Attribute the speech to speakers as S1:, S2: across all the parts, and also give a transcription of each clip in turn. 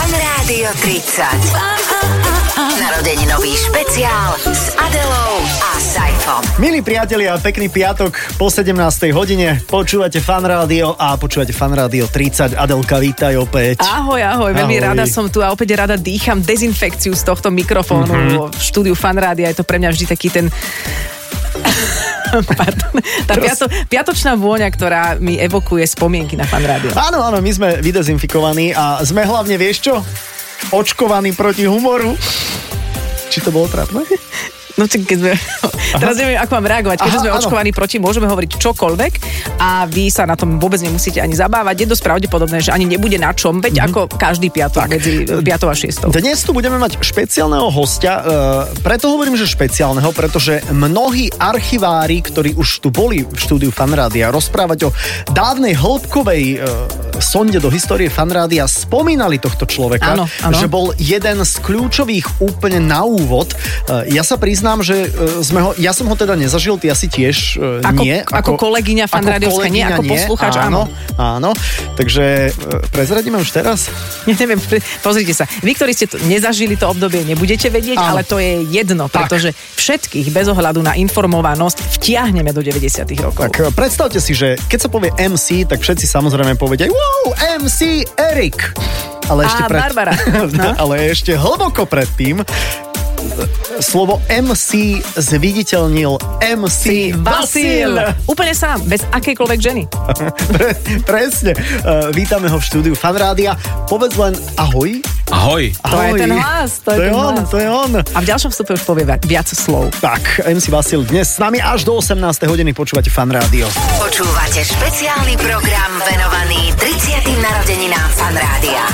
S1: Rádio 30. Narodeninový špeciál s Adelou a Saifom.
S2: Milí priatelia, pekný piatok po 17. hodine. Počúvate Fan Rádio a počúvate Fan Rádio 30. Adelka, vítaj opäť.
S3: Ahoj, ahoj, veľmi
S2: Ahoj.
S3: rada som tu a opäť rada dýcham dezinfekciu z tohto mikrofónu
S2: Mhm.
S3: v štúdiu Fanrádia. Je to pre mňa vždy taký ten... Pardon. Tá piato, piatočná vôňa, ktorá mi evokuje spomienky na fanrádio.
S2: Áno, áno, my sme vydezinfikovaní a sme hlavne, vieš čo? Očkovaní proti humoru. Či to bolo trápne?
S3: No tak keď sme... Teraz neviem, ako mám reagovať. Keďže
S2: Aha,
S3: sme
S2: áno.
S3: očkovaní proti, môžeme hovoriť čokoľvek a vy sa na tom vôbec nemusíte ani zabávať. Je dosť pravdepodobné, že ani nebude na čom,
S2: Mhm.
S3: veď ako každý piatok medzi 5 a 6.
S2: Dnes tu budeme mať špeciálneho hostia, e, preto hovorím, že špeciálneho, pretože mnohí archivári, ktorí už tu boli v štúdiu Fanrádia, rozprávať o dávnej hĺbkovej e, sonde do histórie Fanrádia, spomínali tohto človeka,
S3: Áno, áno.
S2: že bol jeden z kľúčových úplne na úvod. E, ja sa priznám, že e, sme ho, ja som ho teda nezažil, ty asi tiež e,
S3: Ako-
S2: nie.
S3: ako kolegyňa fanrádiovská, nie, ako poslucháč, áno.
S2: Áno, takže e, prezradíme už teraz.
S3: Ja neviem, pre- pozrite sa. Vy, ktorí ste to nezažili to obdobie, nebudete vedieť,
S2: Áno.
S3: ale to je jedno,
S2: Tak.
S3: pretože všetkých bez ohľadu na informovanosť vtiahneme do 90. rokov.
S2: Tak e, predstavte si, že keď sa povie MC, tak všetci samozrejme povedia wow, MC Erik. Ale
S3: Á,
S2: ešte pred...
S3: Barbara. No.
S2: Ale ešte hlboko predtým slovo MC zviditeľnil MC Vasil.
S3: Úplne sám, bez akejkoľvek ženy.
S2: Pre, presne. Uh, vítame ho v štúdiu Fanrádia. Povedz len ahoj.
S4: Ahoj.
S3: To je
S2: Ahoj.
S3: ten hlas, to je
S2: to je
S3: ten
S2: on,
S3: hlas.
S2: to je on.
S3: A v ďalšom vstupe už povie va- viac slov.
S2: Tak, MC Vasil dnes s nami až do 18. hodiny počúvate Fan Rádio.
S1: Počúvate špeciálny program venovaný 30. narodeninám Fan Rádia.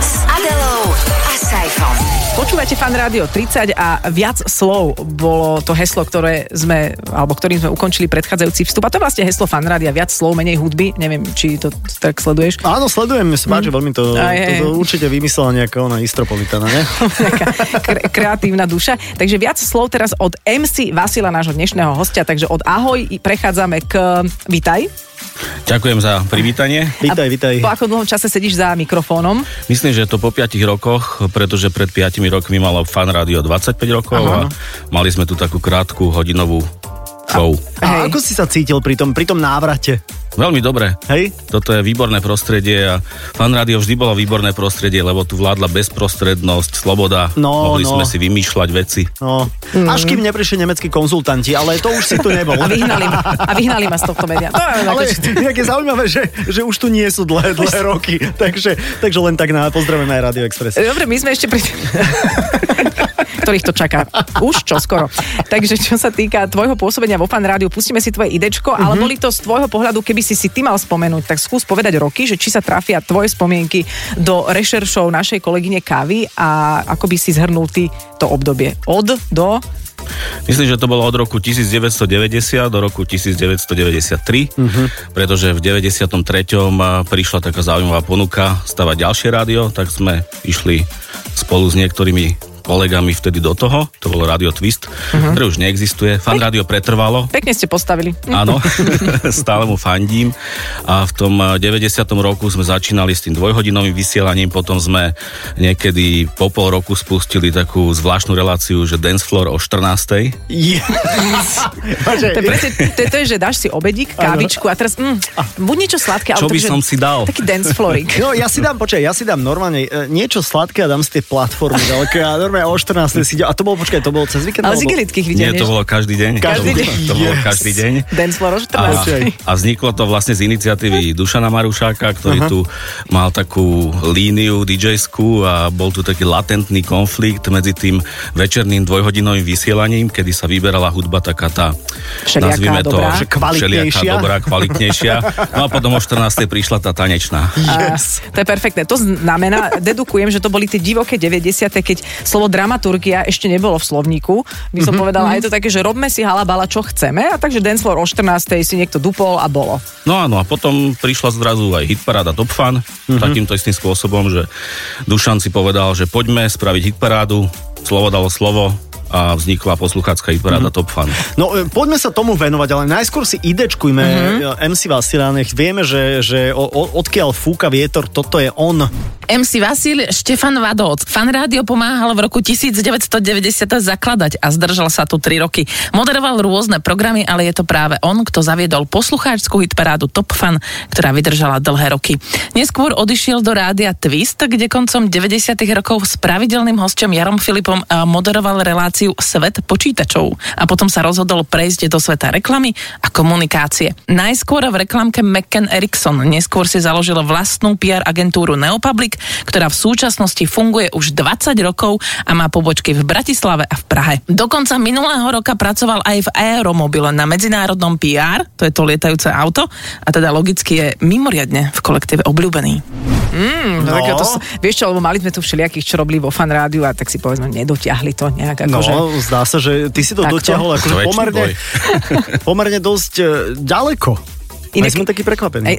S1: S Adelou a Saifom.
S3: Počúvate fan rádio 30 a viac slov bolo to heslo, ktoré sme, alebo ktorým sme ukončili predchádzajúci vstup. A to je vlastne heslo fan rádia, viac slov, menej hudby. Neviem, či to tak sleduješ.
S2: Áno, sledujem, mi sa páči, veľmi to,
S3: Hm. Aj, aj,
S2: to, to
S3: aj.
S2: určite vymyslela nejaká ona Istropolitana, ne?
S3: taká kre- kreatívna duša. Takže viac slov teraz od MC Vasila, nášho dnešného hostia. Takže od ahoj i prechádzame k vitaj.
S4: Ďakujem za privítanie.
S2: Vítaj,
S3: A
S2: vítaj.
S3: Po ako dlhom čase sedíš za mikrofónom?
S4: Myslím, že to po 5 rokoch, pretože pred 5 rokmi malo fan rádio 25 rokov
S3: Aha.
S4: a mali sme tu takú krátku hodinovú show.
S2: A
S3: Hej.
S2: ako si sa cítil pri tom, pri tom návrate?
S4: Veľmi dobre.
S2: Hej?
S4: Toto je výborné prostredie a fan rádio vždy bolo výborné prostredie, lebo tu vládla bezprostrednosť, sloboda.
S2: No,
S4: Mohli
S2: no.
S4: sme si vymýšľať veci.
S2: No. Až kým neprišli nemeckí konzultanti, ale to už si tu nebol.
S3: Mm. A vyhnali ma, a vyhnali ma z tohto média. To je
S2: Ale
S3: akože-
S2: inak je zaujímavé, že, že už tu nie sú dlhé, dlhé roky. Takže, takže len tak na pozdravujeme aj Radio Express.
S3: Dobre, my sme ešte pri... ktorých to čaká. Už čo skoro. Takže čo sa týka tvojho pôsobenia vo Fan Rádiu, pustíme si tvoje idečko,
S4: Mhm.
S3: ale boli to z tvojho pohľadu, keby si si ty mal spomenúť, tak skús povedať roky, že či sa trafia tvoje spomienky do rešeršov našej kolegyne Kavy a ako by si zhrnul ty to obdobie. Od do...
S4: Myslím, že to bolo od roku 1990 do roku 1993, pretože v 93. prišla taká zaujímavá ponuka stavať ďalšie rádio, tak sme išli spolu s niektorými kolegami vtedy do toho, to bolo Radio Twist, ktoré už neexistuje. Fan rádio pretrvalo,
S3: Pekne ste postavili.
S4: Áno, stále mu fandím. A v tom eh, 90. roku sme začínali s tým dvojhodinovým vysielaním, potom sme niekedy po pol roku spustili takú zvláštnu reláciu, že Dance Floor o 14.
S2: Yes.
S3: To je, presne, to, je, to je, že dáš si obedík, kávičku a teraz mm, buď niečo sladké, ale
S4: Čo by
S3: takže-
S4: som si dal?
S3: Taký dance floorik.
S2: No, ja si dám, počkaj, ja si dám normálne e, niečo sladké a dám si tie platformy ďaleko a normálne o 14. si ide- A to bolo, počkaj, to bolo cez víkend?
S3: Ale z
S2: alebo-
S3: igelitkých
S4: Nie,
S3: videl,
S4: to bolo každý deň.
S2: Každý
S4: To bolo-
S2: deň.
S4: To bolo
S2: Yes.
S4: každý deň.
S3: Dance floor o
S4: A,
S3: 14.
S4: a vzniklo to vlastne z
S3: Mhm.
S4: iniciatívy Dušana Marušáka, ktorý tu mal takú líniu dj a bol tu taký latentný konflikt medzi tým večerným dvojhodinovým vysielaním, kedy sa vyberala hudba taká tá,
S3: Všelijaká,
S4: nazvime to,
S3: dobrá.
S2: Že kvalitnejšia.
S4: všelijaká, dobrá, kvalitnejšia. No a potom o 14. prišla tá tanečná.
S2: Yes.
S3: Eh, To je perfektné. To znamená, dedukujem, že to boli tie divoké 90. keď slovo dramaturgia ešte nebolo v slovníku. By
S2: Mhm,
S3: som povedala, je to také, že robme si halabala, čo chceme. A takže dance floor o 14. si niekto dupol a bolo.
S4: No áno, a potom prišla zrazu aj hitparáda Top Fan, mm-hmm. takýmto istým spôsobom, že Dušan si povedal, že poďme spraviť hitparádu, slovo dalo slovo a vznikla posluchácká hitparáda mm-hmm. Top Fan.
S2: No e, poďme sa tomu venovať, ale najskôr si idečkujme
S3: Mhm.
S2: e, mm-hmm. MC Vasilá, nech vieme, že, že o, o, odkiaľ fúka vietor, toto je on.
S5: MC Vasil Štefan Vadóc. Fan rádio pomáhal v roku 1990 zakladať a zdržal sa tu 3 roky. Moderoval rôzne programy, ale je to práve on, kto zaviedol poslucháčskú hitparádu Top Fan, ktorá vydržala dlhé roky. Neskôr odišiel do rádia Twist, kde koncom 90 rokov s pravidelným hosťom Jarom Filipom eh, moderoval reláciu Svet počítačov a potom sa rozhodol prejsť do sveta reklamy a komunikácie. Najskôr v reklamke McCann Erickson, neskôr si založil vlastnú PR agentúru Neopublic, ktorá v súčasnosti funguje už 20 rokov a má pobočky v Bratislave a v Prahe. Dokonca minulého roka pracoval aj v Aeromobile na medzinárodnom PR, to je to lietajúce auto, a teda logicky je mimoriadne v kolektíve obľúbený.
S3: No.
S2: No.
S3: Tak to, s- vieš čo, lebo mali sme tu všelijakých, čo robili vo fan rádiu a tak si povedzme, nedotiahli to nejak.
S2: No,
S3: Akože,
S2: zdá sa, že ty si to
S3: Takto.
S2: dotiahol akože
S4: To je väčší
S2: pomerne,
S4: boj.
S2: pomerne dosť e, ďaleko. Inak...
S3: Inak-
S2: Aj sme takí prekvapení.
S3: Ej,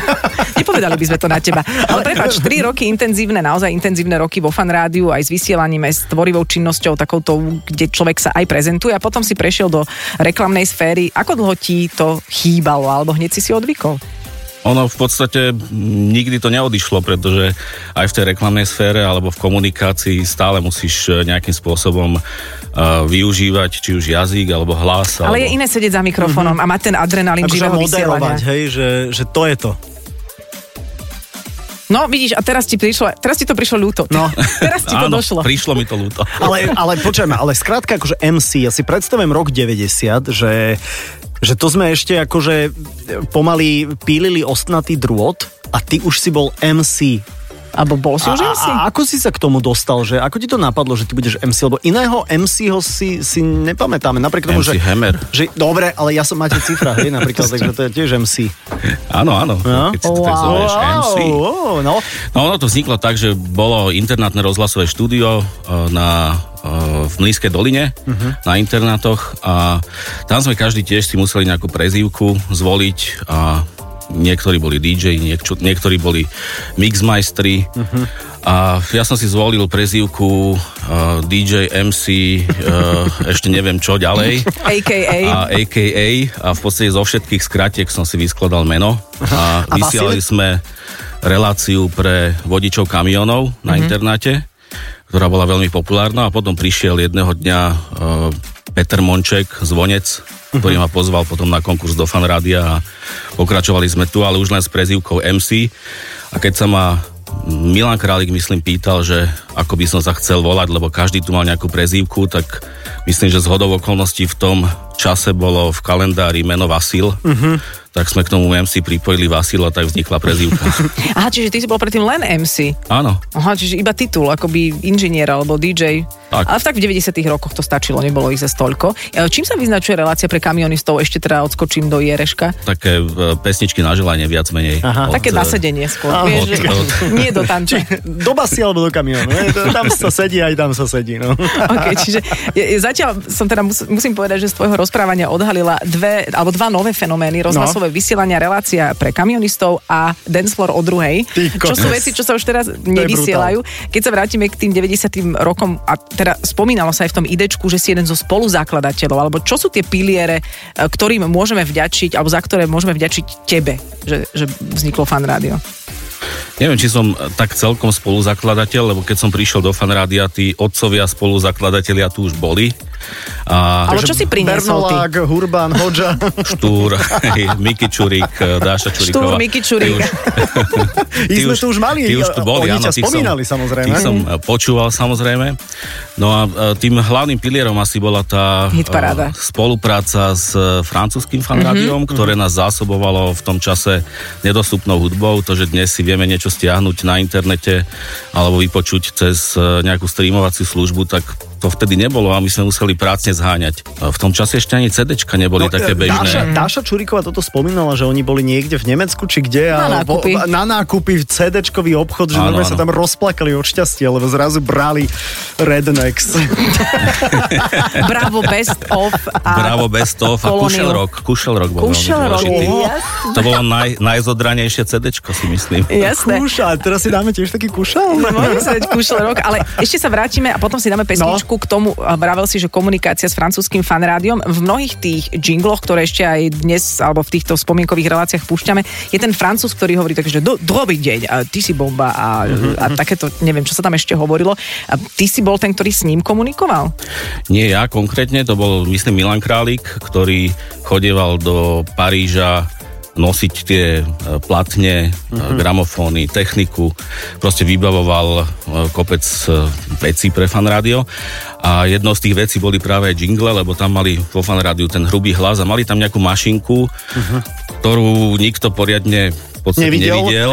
S3: nepovedali by sme to na teba. Ale prepáč, 3 roky intenzívne, naozaj intenzívne roky vo fan rádiu, aj s vysielaním, aj s tvorivou činnosťou, takouto, kde človek sa aj prezentuje a potom si prešiel do reklamnej sféry. Ako dlho ti to chýbalo, alebo hneď si si odvykol?
S4: Ono v podstate nikdy to neodišlo, pretože aj v tej reklamnej sfére alebo v komunikácii stále musíš e, nejakým spôsobom uh, využívať či už jazyk alebo hlas.
S3: Ale
S4: alebo...
S3: je iné sedieť za mikrofónom a mať ten adrenalín
S2: Mhm. Akože
S3: živého
S2: moderovať,
S3: vysielania.
S2: hej, že, že to je to.
S3: No vidíš, a teraz ti, prišlo, teraz ti to prišlo ľúto.
S2: No.
S3: teraz ti to
S4: Áno,
S3: došlo.
S4: prišlo mi to ľúto.
S2: Ale, ale počujem, ale skrátka akože MC, ja si predstavujem rok 90, že, že to sme ešte akože e, pomaly pílili ostnatý drôt a ty už si bol MC.
S3: Alebo bol si
S2: A,
S3: už
S2: a,
S3: si?
S2: a ako si sa k tomu dostal? Že, ako ti to napadlo, že ty budeš MC? Lebo iného MC ho si, si nepamätáme. Napriek tomu,
S4: MC
S2: že...
S4: Hammer.
S2: Že, dobre, ale ja som máte cifra, hej, napríklad, takže to je tiež MC.
S4: Áno, áno.
S3: No?
S4: Keď si to tak zoveš, MC.
S2: wow, no.
S4: No ono to vzniklo tak, že bolo internátne rozhlasové štúdio e, na, e, v Mlínskej doline, uh-huh. na internátoch a tam sme každý tiež si museli nejakú prezývku zvoliť a niektorí boli DJ, niekčo, niektorí boli mixmajstri uh-huh. a ja som si zvolil prezývku e, DJ, MC, e, ešte neviem čo ďalej
S3: AKA.
S4: a AKA a v podstate zo všetkých skratiek som si vyskladal meno a,
S2: A
S4: vysielali
S2: Vasil?
S4: sme reláciu pre vodičov kamionov na mm-hmm. internáte, ktorá bola veľmi populárna a potom prišiel jedného dňa uh, Peter Monček, zvonec, ktorý ma pozval potom na konkurs do fanrádia a pokračovali sme tu, ale už len s prezývkou MC a keď sa ma Milan Králik, myslím, pýtal, že ako by som sa chcel volať, lebo každý tu mal nejakú prezývku, tak myslím, že z hodou okolností v tom čase bolo v kalendári meno Vasil, uh-huh. tak sme k tomu MC pripojili Vasil a tak vznikla prezývka.
S3: Aha, čiže ty si bol predtým len MC.
S4: Áno,
S3: Aha, čiže iba titul, akoby inžinier alebo DJ.
S4: Tak.
S3: Ale v tak v 90 rokoch to stačilo, nebolo ich za toľko. E, Čím sa vyznačuje relácia pre kamionistov? Ešte teda odskočím do Jereška.
S4: také e, pesničky na želanie viac menej.
S2: Aha.
S4: Od,
S3: Také
S4: e,
S3: na sedenie skôr.
S2: Áno,
S3: vieš, že-
S4: od-
S3: Nie do tanca.
S2: Do basy alebo do kamionu. hej, to- Tam sa sedí, aj tam sa sedí. No.
S3: OK, čiže je, je, zatiaľ som teda mus, musím povedať, že z tvojho rozprávania odhalila dve, alebo dva nové fenomény, rozhlasové no. vysielania, relácia pre kamionistov a dancefloor o druhej,
S2: Ty
S3: čo
S2: kokos.
S3: sú veci, čo sa už teraz nevysielajú. Keď sa vrátime k tým 90. rokom, a teda spomínalo sa aj v tom idečku, že si jeden zo spoluzakladateľov, alebo čo sú tie piliere, e, ktorým môžeme vďačiť, alebo za ktoré môžeme vďačiť tebe, že, že vzniklo fan rádio.
S4: Neviem, či som e, tak celkom spoluzakladateľ, lebo keď som prišiel do fanrádia, tí otcovia spoluzakladatelia tu už boli. A
S3: Ale čo si priniesol ty?
S2: Bernolák, Hurban, Hoďa.
S4: Štúr, hej, Miky Čurík, e, Dáša Čuríková.
S3: Štúr, Miky Čurík.
S4: Ty už-
S2: My sme tu už mali,
S4: ty už tu boli,
S2: oni
S4: áno,
S2: ťa
S4: tých
S2: spomínali samozrejme.
S4: Tých som e, počúval samozrejme. No a e, tým hlavným pilierom asi bola tá
S3: Hitparáda. Mhm.
S4: e, spolupráca s e, francúzským fanrádiom, mm-hmm. ktoré nás zásobovalo v tom čase nedostupnou hudbou, to, že dnes si vieme niečo stiahnuť na internete alebo vypočuť cez e, nejakú streamovaciu službu, tak to vtedy nebolo a my sme museli prácne zháňať. E, V tom čase ešte ani CDčka neboli no, také
S2: e,
S4: bežné.
S2: Dáša, Dáša Čuriková toto spomínala, že oni boli niekde v Nemecku či kde a
S3: Na
S2: vo-
S3: nákupy.
S2: na nákupy v CD-čkový obchod, že
S4: Áno,
S2: normálne sa
S4: áno.
S2: tam rozplakali od šťastia, lebo zrazu brali Rednecks.
S3: Bravo, best of. A
S4: Bravo Bestov a
S3: Kolóniu.
S4: Kušel Rock. Kušel Rock bol
S3: Kušel
S4: veľmi
S3: Rock,
S4: dôležitý.
S3: jasné.
S4: To bolo naj, najzodranejšie CDčko, si myslím.
S3: Jasné.
S2: Kúša, teraz si dáme tiež taký kušal.
S3: Môžeme sa dať kúšel rok, ale ešte sa vrátime a potom si dáme pesničku roku
S2: No.
S3: k tomu a vravel si, že komunikácia s francúzským fanrádiom v mnohých tých jingloch, ktoré ešte aj dnes alebo v týchto spomienkových reláciách púšťame, je ten francúz, ktorý hovorí takže do, dobrý deň, a ty si bomba a,
S2: Mhm,
S3: a takéto, neviem, čo sa tam ešte hovorilo. A ty si bol ten, ktorý s ním komunikoval?
S4: Nie ja konkrétne, to bol myslím Milan Králik, ktorý chodieval do Paríža nosiť tie e, platne, mm-hmm. gramofóny, techniku, proste vybavoval e, kopec e, vecí pre fan rádio a jednou z tých vecí boli práve aj jingle, lebo tam mali vo fan rádiu ten hrubý hlas a mali tam nejakú mašinku, mm-hmm. ktorú nikto poriadne v podstate
S2: Nevidel.
S4: nevidel.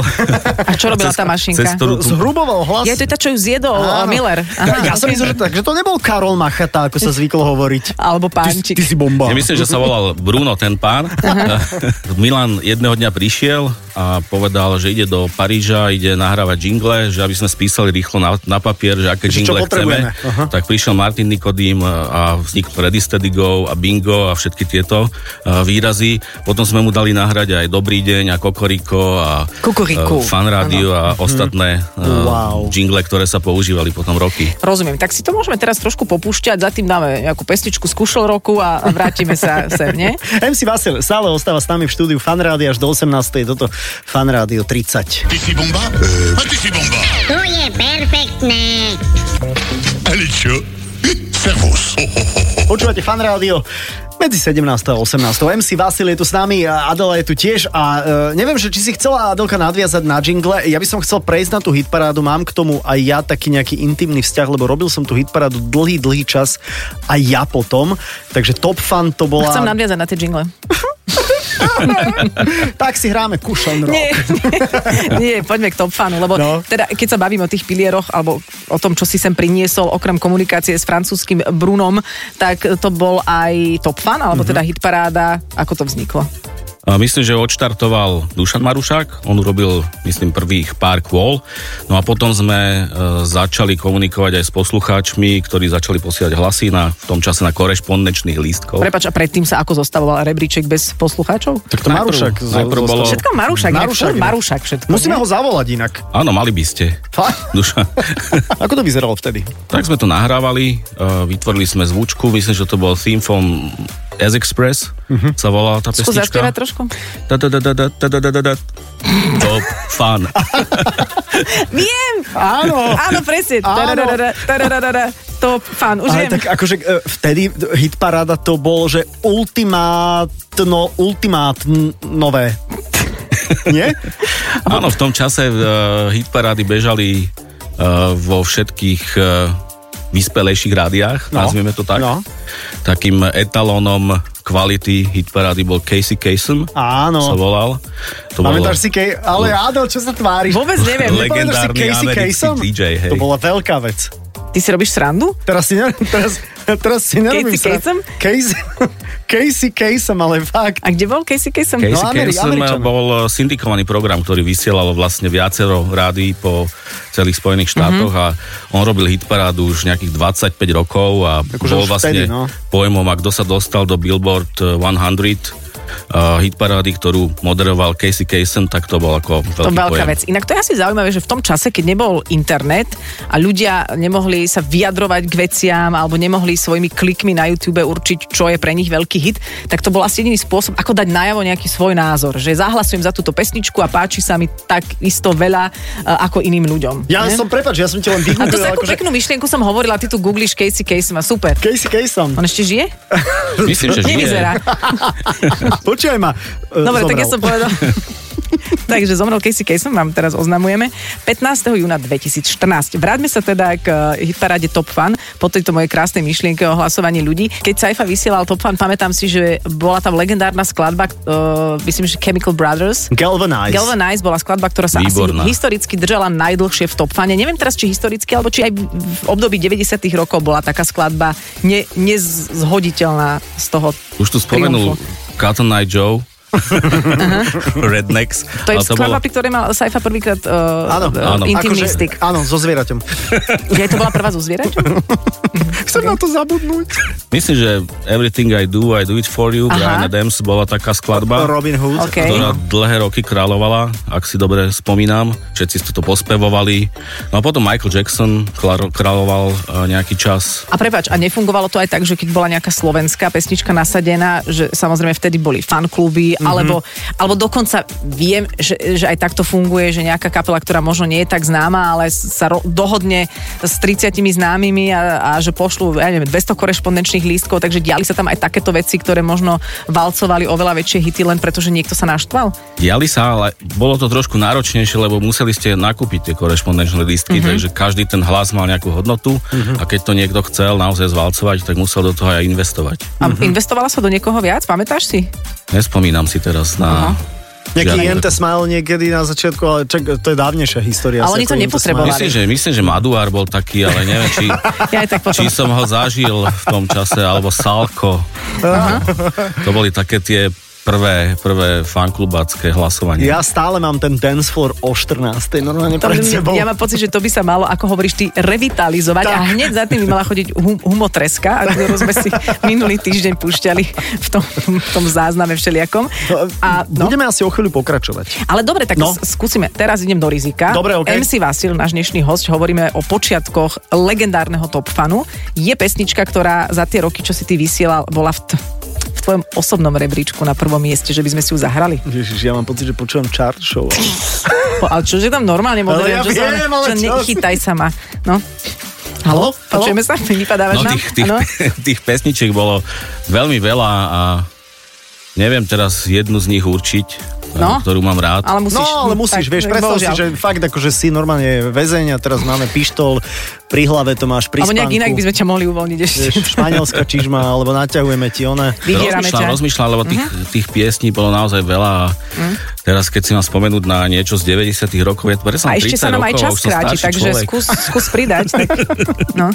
S4: nevidel.
S3: A čo robila tá mašinka?
S4: Cez ktorú tú
S2: Zhruboval hlas.
S3: Ja, to je tá, čo ju zjedol
S2: Áno.
S3: Áno. Miller.
S2: Aha, ja som
S3: ok.
S2: myslel, že, tak, že to nebol Karol Machata, ako sa zvyklo hovoriť.
S3: Alebo
S2: Ty,
S3: pánčik.
S2: ty si bomba.
S4: Ja myslím, že sa volal Bruno ten pán. Milan jedného dňa prišiel a povedal, že ide do Paríža, ide nahrávať jingle, že aby sme spísali rýchlo na, na papier, že aké
S2: Že čo
S4: jingle
S2: potrebujeme.
S4: chceme.
S2: Aha.
S4: Tak prišiel Martin Nikodým a vznikol Ready Steady Go a Bingo a všetky tieto eh, výrazy. Potom sme mu dali nahrať aj Dobrý deň a Kokoriko a
S3: Kukuriku.
S4: eh, Fan rádio a ostatné eh,
S2: Mhm. Wow.
S4: jingle, ktoré sa používali potom roky.
S3: Rozumiem, tak si to môžeme teraz trošku popúšťať, za tým dáme nejakú pesničku z kušel roku a a vrátime sa sem, nie?
S2: MC Vasil stále ostáva s nami v štúdiu Fanrádia až do 18. Toto Fanrádio 30.
S6: Ty si bomba A ty si bomba
S7: To je perfektné.
S6: Ale čo? Servus.
S8: Oh,
S2: Počúvate fan rádio medzi 17. a 18. MC Vasil je tu s nami, a Adela je tu tiež a e, neviem, že či si chcela Adelka nadviazať na jingle, ja by som chcel prejsť na tú hitparádu, mám k tomu aj ja taký nejaký intimný vzťah, lebo robil som tú hitparádu dlhý, dlhý čas aj ja potom, takže top fan to bola...
S3: Chcem nadviazať na tie jingle.
S2: Tak si hráme Cushion Rock.
S3: Nie, nie, poďme k top fanu, lebo
S2: No.
S3: no. teda, keď sa bavím o tých pilieroch alebo o tom, čo si sem priniesol, okrem komunikácie s francúzským Brunom, tak to bol aj top fan, alebo
S2: Mhm.
S3: mm-hmm. teda hitparáda, ako to vzniklo.
S4: A Myslím, že odštartoval Dušan Marušák, on urobil, myslím, prvých pár kôl, no a potom sme e, začali komunikovať aj s poslucháčmi, ktorí začali posielať hlasy na, v tom čase na korešpondenčných lístkov.
S3: Prepač, a predtým sa ako zostavoval rebríček bez poslucháčov?
S2: Tak to
S4: Najprv-
S2: Marušak. zo-
S4: najprv
S2: zostal.
S4: bolo-
S3: Všetko Marušak,
S2: Marušak,
S3: Marušak,
S2: inak.
S3: Marušak všetko.
S2: Musíme
S3: nie?
S2: ho zavolať inak.
S4: Áno, mali by ste. Duša.
S2: Ako to vyzeralo vtedy?
S4: tak sme to nahrávali, e, vytvorili sme zvučku, myslím, že to bol Theme from S Express, sa volala tá
S3: Mhm. Skús zaspievať
S4: pesnička.
S3: trošku.
S4: Da, da, da, da, da, da, da, da, da. Top fan.
S3: Viem!
S2: Áno.
S3: Áno, presne.
S2: Áno.
S3: Tararara, tararara, Top fan, už
S2: Ale
S3: viem.
S2: tak akože e, vtedy hitparáda to bolo, že ultimátno, ultimátn- nové. Nie?
S4: Áno, v tom čase uh, hitparády bežali uh, vo všetkých uh, vyspelejších rádiách,
S2: No.
S4: no. nazvieme to tak.
S2: No.
S4: Takým etalónom kvality hitparády bol Casey Kasem, sa
S2: Áno.
S4: volal. To
S2: Pamätáš si Kej? Ale Adel, čo sa tváriš?
S3: Vôbec neviem.
S2: Nepamätáš si
S4: Legendárny
S2: Casey
S4: americký
S2: Kasem?
S4: DJ, hej.
S2: To bola veľká vec.
S3: Ty si robíš srandu?
S2: Teraz si, ne, teraz, teraz si nerobím
S3: Casey Kasem?
S2: Casey, Casey Kasem, ale fakt.
S3: A kde bol Casey Kasem?
S4: Casey
S2: No, Ameri-
S4: Kasem eh,
S2: Američan.
S4: bol syndikovaný program, ktorý vysielalo vlastne viacero rádií po celých
S3: Mhm.
S4: Spojených štátoch mm-hmm. a on robil hitparádu už nejakých 25 rokov a
S3: Akože
S2: Takže už
S4: bol vlastne
S2: vtedy, no.
S4: pojmom, a kto sa dostal do Billboard eh, 100 Uh, hitparády, ktorú moderoval Casey Kasem, tak to bol ako
S3: To
S4: veľký
S3: veľká
S4: pojem.
S3: vec. Inak to je asi zaujímavé, že v tom čase, keď nebol internet a ľudia nemohli sa vyjadrovať k veciam alebo nemohli svojimi klikmi na YouTube určiť, čo je pre nich veľký hit, tak to bol asi jediný spôsob, ako dať najavo nejaký svoj názor. Že zahlasujem za túto pesničku a páči sa mi tak isto veľa e, ako iným ľuďom.
S2: Ja
S3: Ne?
S2: som, prepač, ja som ti len
S3: A to sa
S2: vygooglil,
S3: takú
S2: akože
S3: peknú myšlienku som hovorila, ty tu googlíš Casey Kasem a super.
S2: Casey Kasem.
S3: On ešte žije?
S4: Myslím, že žije.
S3: Nevyzerá.
S2: Počúvaj ma. e,
S3: Dobre,
S2: zomrel.
S3: tak ja som povedal. Takže zomrel Casey Kasem, vám teraz oznamujeme. 15. júna 2014. Vráťme sa teda k e, hitparáde Top Fan po tejto mojej krásnej myšlienke o hlasovaní ľudí. Keď Saifa vysielal Top Fan, pamätám si, že bola tam legendárna skladba, uh, myslím, že Chemical Brothers.
S2: Galvanize.
S3: Galvanize bola skladba, ktorá sa
S4: Výborná.
S3: asi historicky držala najdlhšie v top fane. Neviem teraz, či historicky, alebo či aj v- v období 90 rokov bola taká skladba ne, nezhoditeľná z toho
S4: Už tu spomenul
S3: triumfu.
S4: Cotton Eye Joe, Rednecks.
S3: To je
S4: Ale
S3: skladba, pri ktorej mal Saifa prvýkrát
S2: Áno,
S3: uh,
S4: áno.
S3: intimný
S2: Akože-
S3: styk.
S2: Áno, so zvieraťom.
S3: Je to bola prvá zo zvieraťom?
S2: Chcem na to zabudnúť.
S4: Myslím, že Everything I Do, I Do It For You,
S3: Aha.
S4: Brian Adams bola taká skladba.
S2: Robin Hood.
S3: OK.
S4: ktorá dlhé roky kráľovala, ak si dobre spomínam. Všetci ste to pospevovali. No a potom Michael Jackson klaro- kráľoval eh, nejaký čas.
S3: A prepač, a nefungovalo to aj tak, že keď bola nejaká slovenská pesnička nasadená, že samozrejme vtedy boli fankluby, mm-hmm. alebo, alebo dokonca viem, že, že aj takto funguje, že nejaká kapela, ktorá možno nie je tak známa, ale sa ro- dohodne s 30 známymi a, a že pošlú, ja neviem, 200 korešpondenčných lístkov, takže diali sa tam aj takéto veci, ktoré možno valcovali oveľa väčšie hity len preto, že niekto sa naštval.
S4: Diali sa, ale bolo to trošku náročnejšie, lebo museli ste nakúpiť tie korešpondenčné lístky, mm-hmm. takže každý ten hlas mal nejakú hodnotu mm-hmm. a keď to niekto chcel naozaj zvalcovať, tak musel do toho aj investovať.
S3: A mm-hmm. investovala sa do niekoho viac, pamätáš si?
S4: Nespomínam si teraz na...
S2: Nejaký
S4: žiadnu
S2: MT
S4: takú-
S2: Smile niekedy na začiatku, ale čak, to je dávnejšia história.
S3: Ale oni
S2: asi
S3: to
S2: ako MT
S3: nepotrebovali.
S2: Smile.
S4: Myslím že, myslím, že Maduár bol taký, ale neviem, či,
S3: Ja aj tak potom.
S4: či som ho zažil v tom čase, alebo Salko. To boli také tie prvé, prvé fanklubácké hlasovanie.
S2: Ja stále mám ten dance floor o 14. normálne
S3: To
S2: pred
S3: by-
S2: sebou.
S3: Ja mám pocit, že to by sa malo, ako hovoríš ty, revitalizovať tak. a hneď za tým by mala chodiť hum, humotreska, ako ktorú sme si minulý týždeň púšťali v tom, v tom zázname všelijakom. A, no.
S2: Budeme asi o chvíľu pokračovať.
S3: Ale dobre, tak
S2: No.
S3: no. skúsime. Teraz idem do rizika.
S2: Dobre, ok.
S3: MC Vasil, náš dnešný host, hovoríme o počiatkoch legendárneho top fanu. Je pesnička, ktorá za tie roky, čo si ty vysielal, bola v, t- v tvojom osobnom rebríčku na prvom mieste, že by sme si ju zahrali.
S2: Ježiš, ja mám pocit, že počúvam chart show.
S3: Po, ale čo, že tam normálne moderujem?
S2: ja
S3: čo, sa-
S2: viem, ale
S3: čo,
S2: čo
S3: nechytaj sa ma. No. Halo? Počujeme sa? Vypadávaš
S4: No
S3: nám?
S4: tých, tých,
S3: Áno?
S4: tých pesničiek bolo veľmi veľa a neviem teraz jednu z nich určiť, eh,
S3: No.
S4: ktorú mám rád.
S3: Ale musíš.
S2: no, ale musíš,
S3: tak,
S2: vieš, predstav
S3: bohužiaľ.
S2: si, že fakt akože si normálne väzeň a teraz máme pištol, pri hlave to máš pri
S3: Alebo nejak
S2: spánku.
S3: inak by sme ťa mohli uvoľniť ešte.
S2: Vieš, španielská čižma, alebo naťahujeme ti ona.
S3: Vydierame
S4: rozmýšľam,
S3: ťa. Mhm.
S4: rozmýšľam, lebo tých, uh-huh. tých piesní bolo naozaj veľa a teraz keď si mám spomenúť na niečo z 90 rokov, ja to
S3: A
S4: som 30
S3: ešte sa nám aj
S4: rokov, a
S3: čas
S4: už som
S3: kráti,
S4: starší
S3: takže
S4: človek,
S3: skús, skús pridať. Tak, no.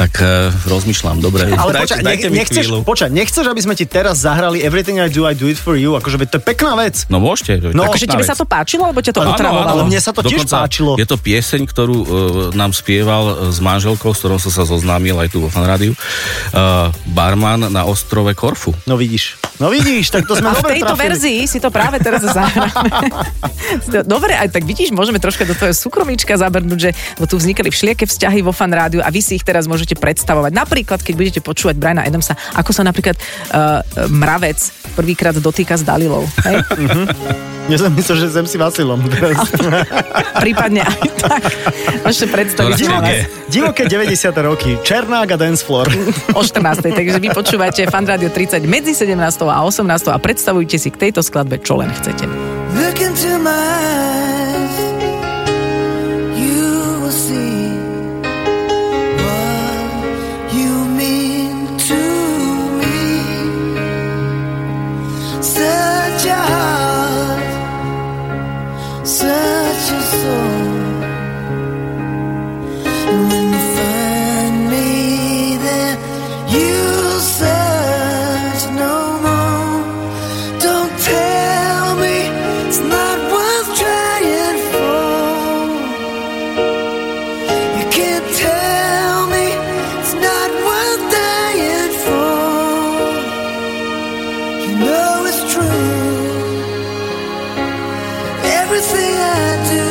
S4: tak uh, rozmýšľam, dobre.
S2: Ale počkaj,
S4: dajte, dajte
S2: ne,
S4: mi
S2: nechceš,
S4: chvíľu.
S2: počkaj, nechceš, aby sme ti teraz zahrali Everything I Do, I Do It For You, akože veď to je pekná vec.
S4: No môžete.
S2: No,
S4: tak
S2: akože
S4: tá
S3: Tebe
S4: vec.
S3: sa to páčilo, alebo ťa to
S2: Áno,
S3: otravovalo?
S2: áno. mne sa to tiež páčilo.
S4: Je to pieseň, ktorú uh, nám spieval uh, s manželkou, s ktorou som sa zoznámil aj tu vo fanrádiu, uh, barman na ostrove Korfu.
S2: No vidíš, no vidíš, tak to sme
S3: A v
S2: dobre
S3: tejto
S2: trafili.
S3: verzii si to práve teraz zahráme. Dobre, aj tak vidíš, môžeme troška do tvojho súkromíčka zabrnúť, že lebo tu vznikli všelijaké vzťahy vo fan rádiu a vy si ich teraz môžete predstavovať. Napríklad, keď budete počúvať Briana Adamsa, ako sa napríklad uh, mravec prvýkrát dotýka s Dalilou. Hej?
S2: Ja som myslel, že som si Vasilom teraz.
S3: Prípadne aj tak. Môžete predstaviť
S4: To radšej
S3: na vás
S4: nie.
S2: Divoké 90. roky, Černák a dance floor.
S3: o 14. Takže vy počúvate Fan Radio 30 medzi 17. a 18. a predstavujte si k tejto skladbe, čo len chcete.
S9: Look into my eyes, you will see what you mean to me. Such a heart, such a soul. And when you find me there, you'll search no more. Don't tell me it's not worth trying for. You can't tell me it's not worth dying for. You know it's true. Everything I do.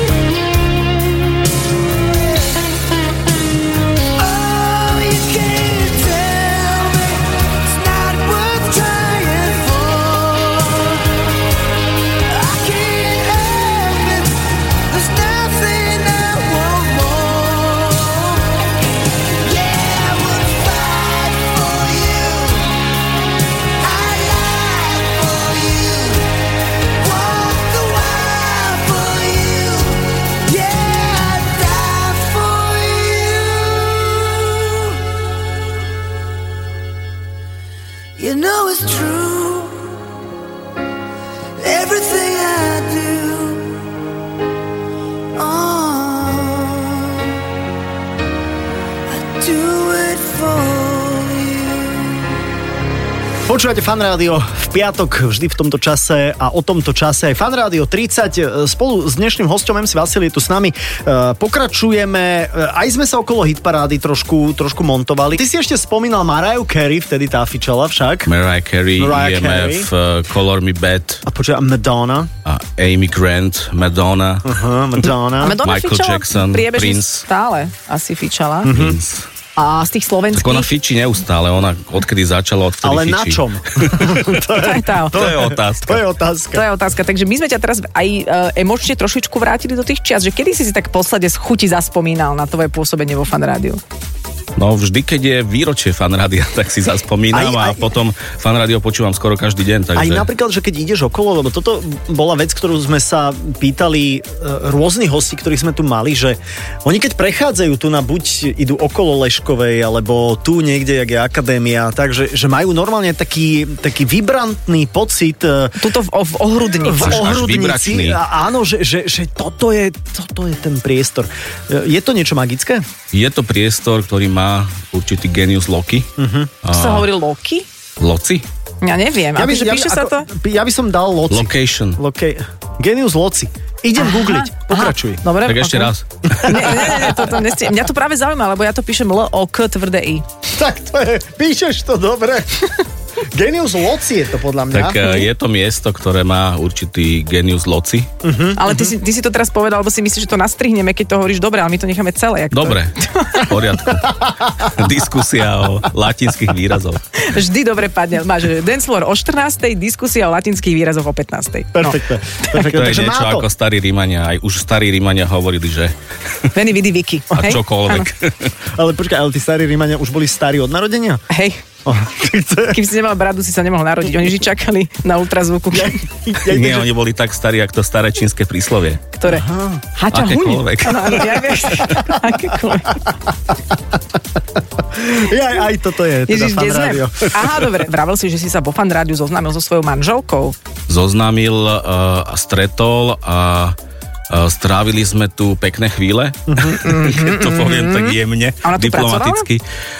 S9: Oh, Oh,
S2: Počúvate Fan Rádio v piatok vždy v tomto čase a o tomto čase aj Fan Rádio 30 e, spolu s dnešným hostom MC Vasil je tu s nami. E, Pokračujeme, E, aj sme sa okolo hitparády trošku, trošku montovali. Ty si ešte spomínal Mariah Carey, vtedy tá fičala však.
S4: Mariah Carey,
S2: Mariah
S4: IMF, eh, Color Me Bad,
S2: A počúva Madonna.
S4: a Amy Grant, Madonna.
S2: Aha, Madonna.
S3: A Madonna
S4: Michael
S3: fičala
S4: Jackson,
S3: priebežne
S4: Prince. Mhm.
S3: stále asi fičala.
S4: Prince.
S3: A z tých
S4: Hm. Tak
S3: slovenských...
S4: ona fičí neustále, ona odkedy začala, odkedy
S2: Ale
S4: fičí.
S2: na čom?
S3: To je tá
S4: To je otázka.
S2: To je otázka.
S3: To je otázka. Takže my sme ťa teraz aj e, emočne trošičku vrátili do tých čias, že kedy si si tak poslede z chuti zaspomínal na tvoje pôsobenie vo fan rádiu?
S4: No vždy, keď je výročie fanrádia, tak si
S2: Aj-
S4: zaspomínam aj, aj, a
S2: aj-
S4: potom fanrádio počúvam skoro každý deň, takže...
S2: Aj napríklad, že keď ideš okolo, lebo toto bola vec, ktorú sme sa pýtali e, rôznych hostí, ktorých sme tu mali, že oni keď prechádzajú tu na buď idú okolo Leškovej, alebo tu niekde, jak je akadémia, takže že majú normálne taký, taký vibrantný pocit e,
S3: Tuto v, o- v ohrudni.
S2: v
S4: Až- až
S2: ohrudnici.
S4: vibračný.
S2: A áno, že, že, že toto, je, toto je ten priestor. E, Je to niečo magické?
S4: Je to priestor, ktorý má určitý genius Loki. Uh-huh.
S3: To sa hovorí Loki?
S4: Loci?
S3: Ja neviem. Ja by, že Akože píše sa to?
S2: ako- ja by som dal loci.
S4: Location.
S2: Loke... Genius loci. Idem googliť. Pokračuj.
S3: Aha, No. dobre,
S4: tak ešte
S3: ok.
S4: raz.
S3: Nie, nie, nie, nie, toto nesti- Mňa to práve zaujíma, lebo ja to píšem L, O, K, tvrdé I.
S2: Tak to je, píšeš to dobre. Genius loci je to podľa mňa.
S4: Tak eh, je to miesto, ktoré má určitý genius Loci.
S3: Ale ty si, ty si to teraz povedal, lebo si myslíš, že to nastrihneme, keď to hovoríš dobre, ale my to necháme celé. jak to-
S4: Dobre, v poriadku. Diskusia o latinských výrazoch.
S3: Vždy dobre padne. Máš že Dance Floor o 14. diskusia o latinských výrazoch o No, 15.
S2: Perfektné. Perfektné.
S4: To je
S2: Takže má
S4: niečo
S2: to.
S4: ako starí Rímania. Aj už starí Rímania hovorili, že
S3: Veny, vidy, viki.
S4: a
S3: Hej?
S4: čokoľvek.
S3: Áno.
S2: Ale počkaj, ale tí starí Rímania už boli starí od narodenia?
S3: Hej.
S2: Oh, tak to je-
S3: Kým si nemal bradu, si sa nemohol narodiť. Oni vždy čakali na ultrazvuku,
S2: ja, ja,
S4: Nie,
S2: ja,
S4: oni boli tak starí, ako to staré čínske príslovie.
S3: ktoré... Haťa huň.
S4: Akékoľvek.
S3: Áno, áno, ja viem. Akékoľvek.
S2: ja, aj toto je teda
S3: Ježiš,
S2: fan
S3: kde sme?
S2: rádio.
S3: Aha, dobre. Vravel si, že si sa po fan rádiu zoznámil so svojou manželkou.
S4: zoznámil uh, a stretol a uh, strávili sme tu pekné chvíle, keď to poviem tak jemne,
S3: A Mhm, ona tu
S4: diplomaticky.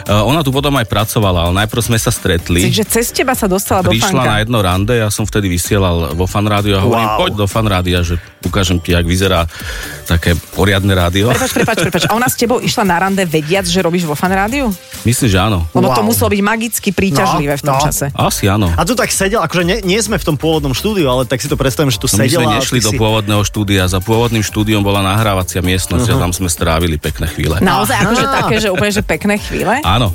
S4: Uh, ona tu potom aj pracovala, ale najprv sme sa stretli.
S3: Takže cez teba sa dostala do
S4: Prišla na
S3: fanka.
S4: jedno rande, ja som vtedy vysielal vo fan rádiu a hovorím,
S2: Wow.
S4: poď do fan rádia, že ukážem ti, jak vyzerá také poriadne rádio.
S3: Prepač, prepač, prepač. A ona s tebou išla na rande vediac, že robíš vo fan rádiu?
S4: Myslím, že áno.
S3: Lebo to
S2: Wow.
S3: muselo byť magicky
S2: No,
S3: príťažlivé v tom
S2: no.
S3: čase.
S4: Asi áno.
S2: A tu tak sedel, akože nie, nie sme v tom pôvodnom štúdiu, ale tak si to predstavím, že tu
S4: No my sme
S2: sedela. a
S4: nešli
S2: ty
S4: do
S2: si-
S4: pôvodného štúdia, za pôvodným štúdiom bola nahrávacia miestnosť a tam sme strávili pekné chvíle.
S3: Naozaj akože
S2: Aha.
S3: také, že úplne že pekné chvíle?
S4: Áno.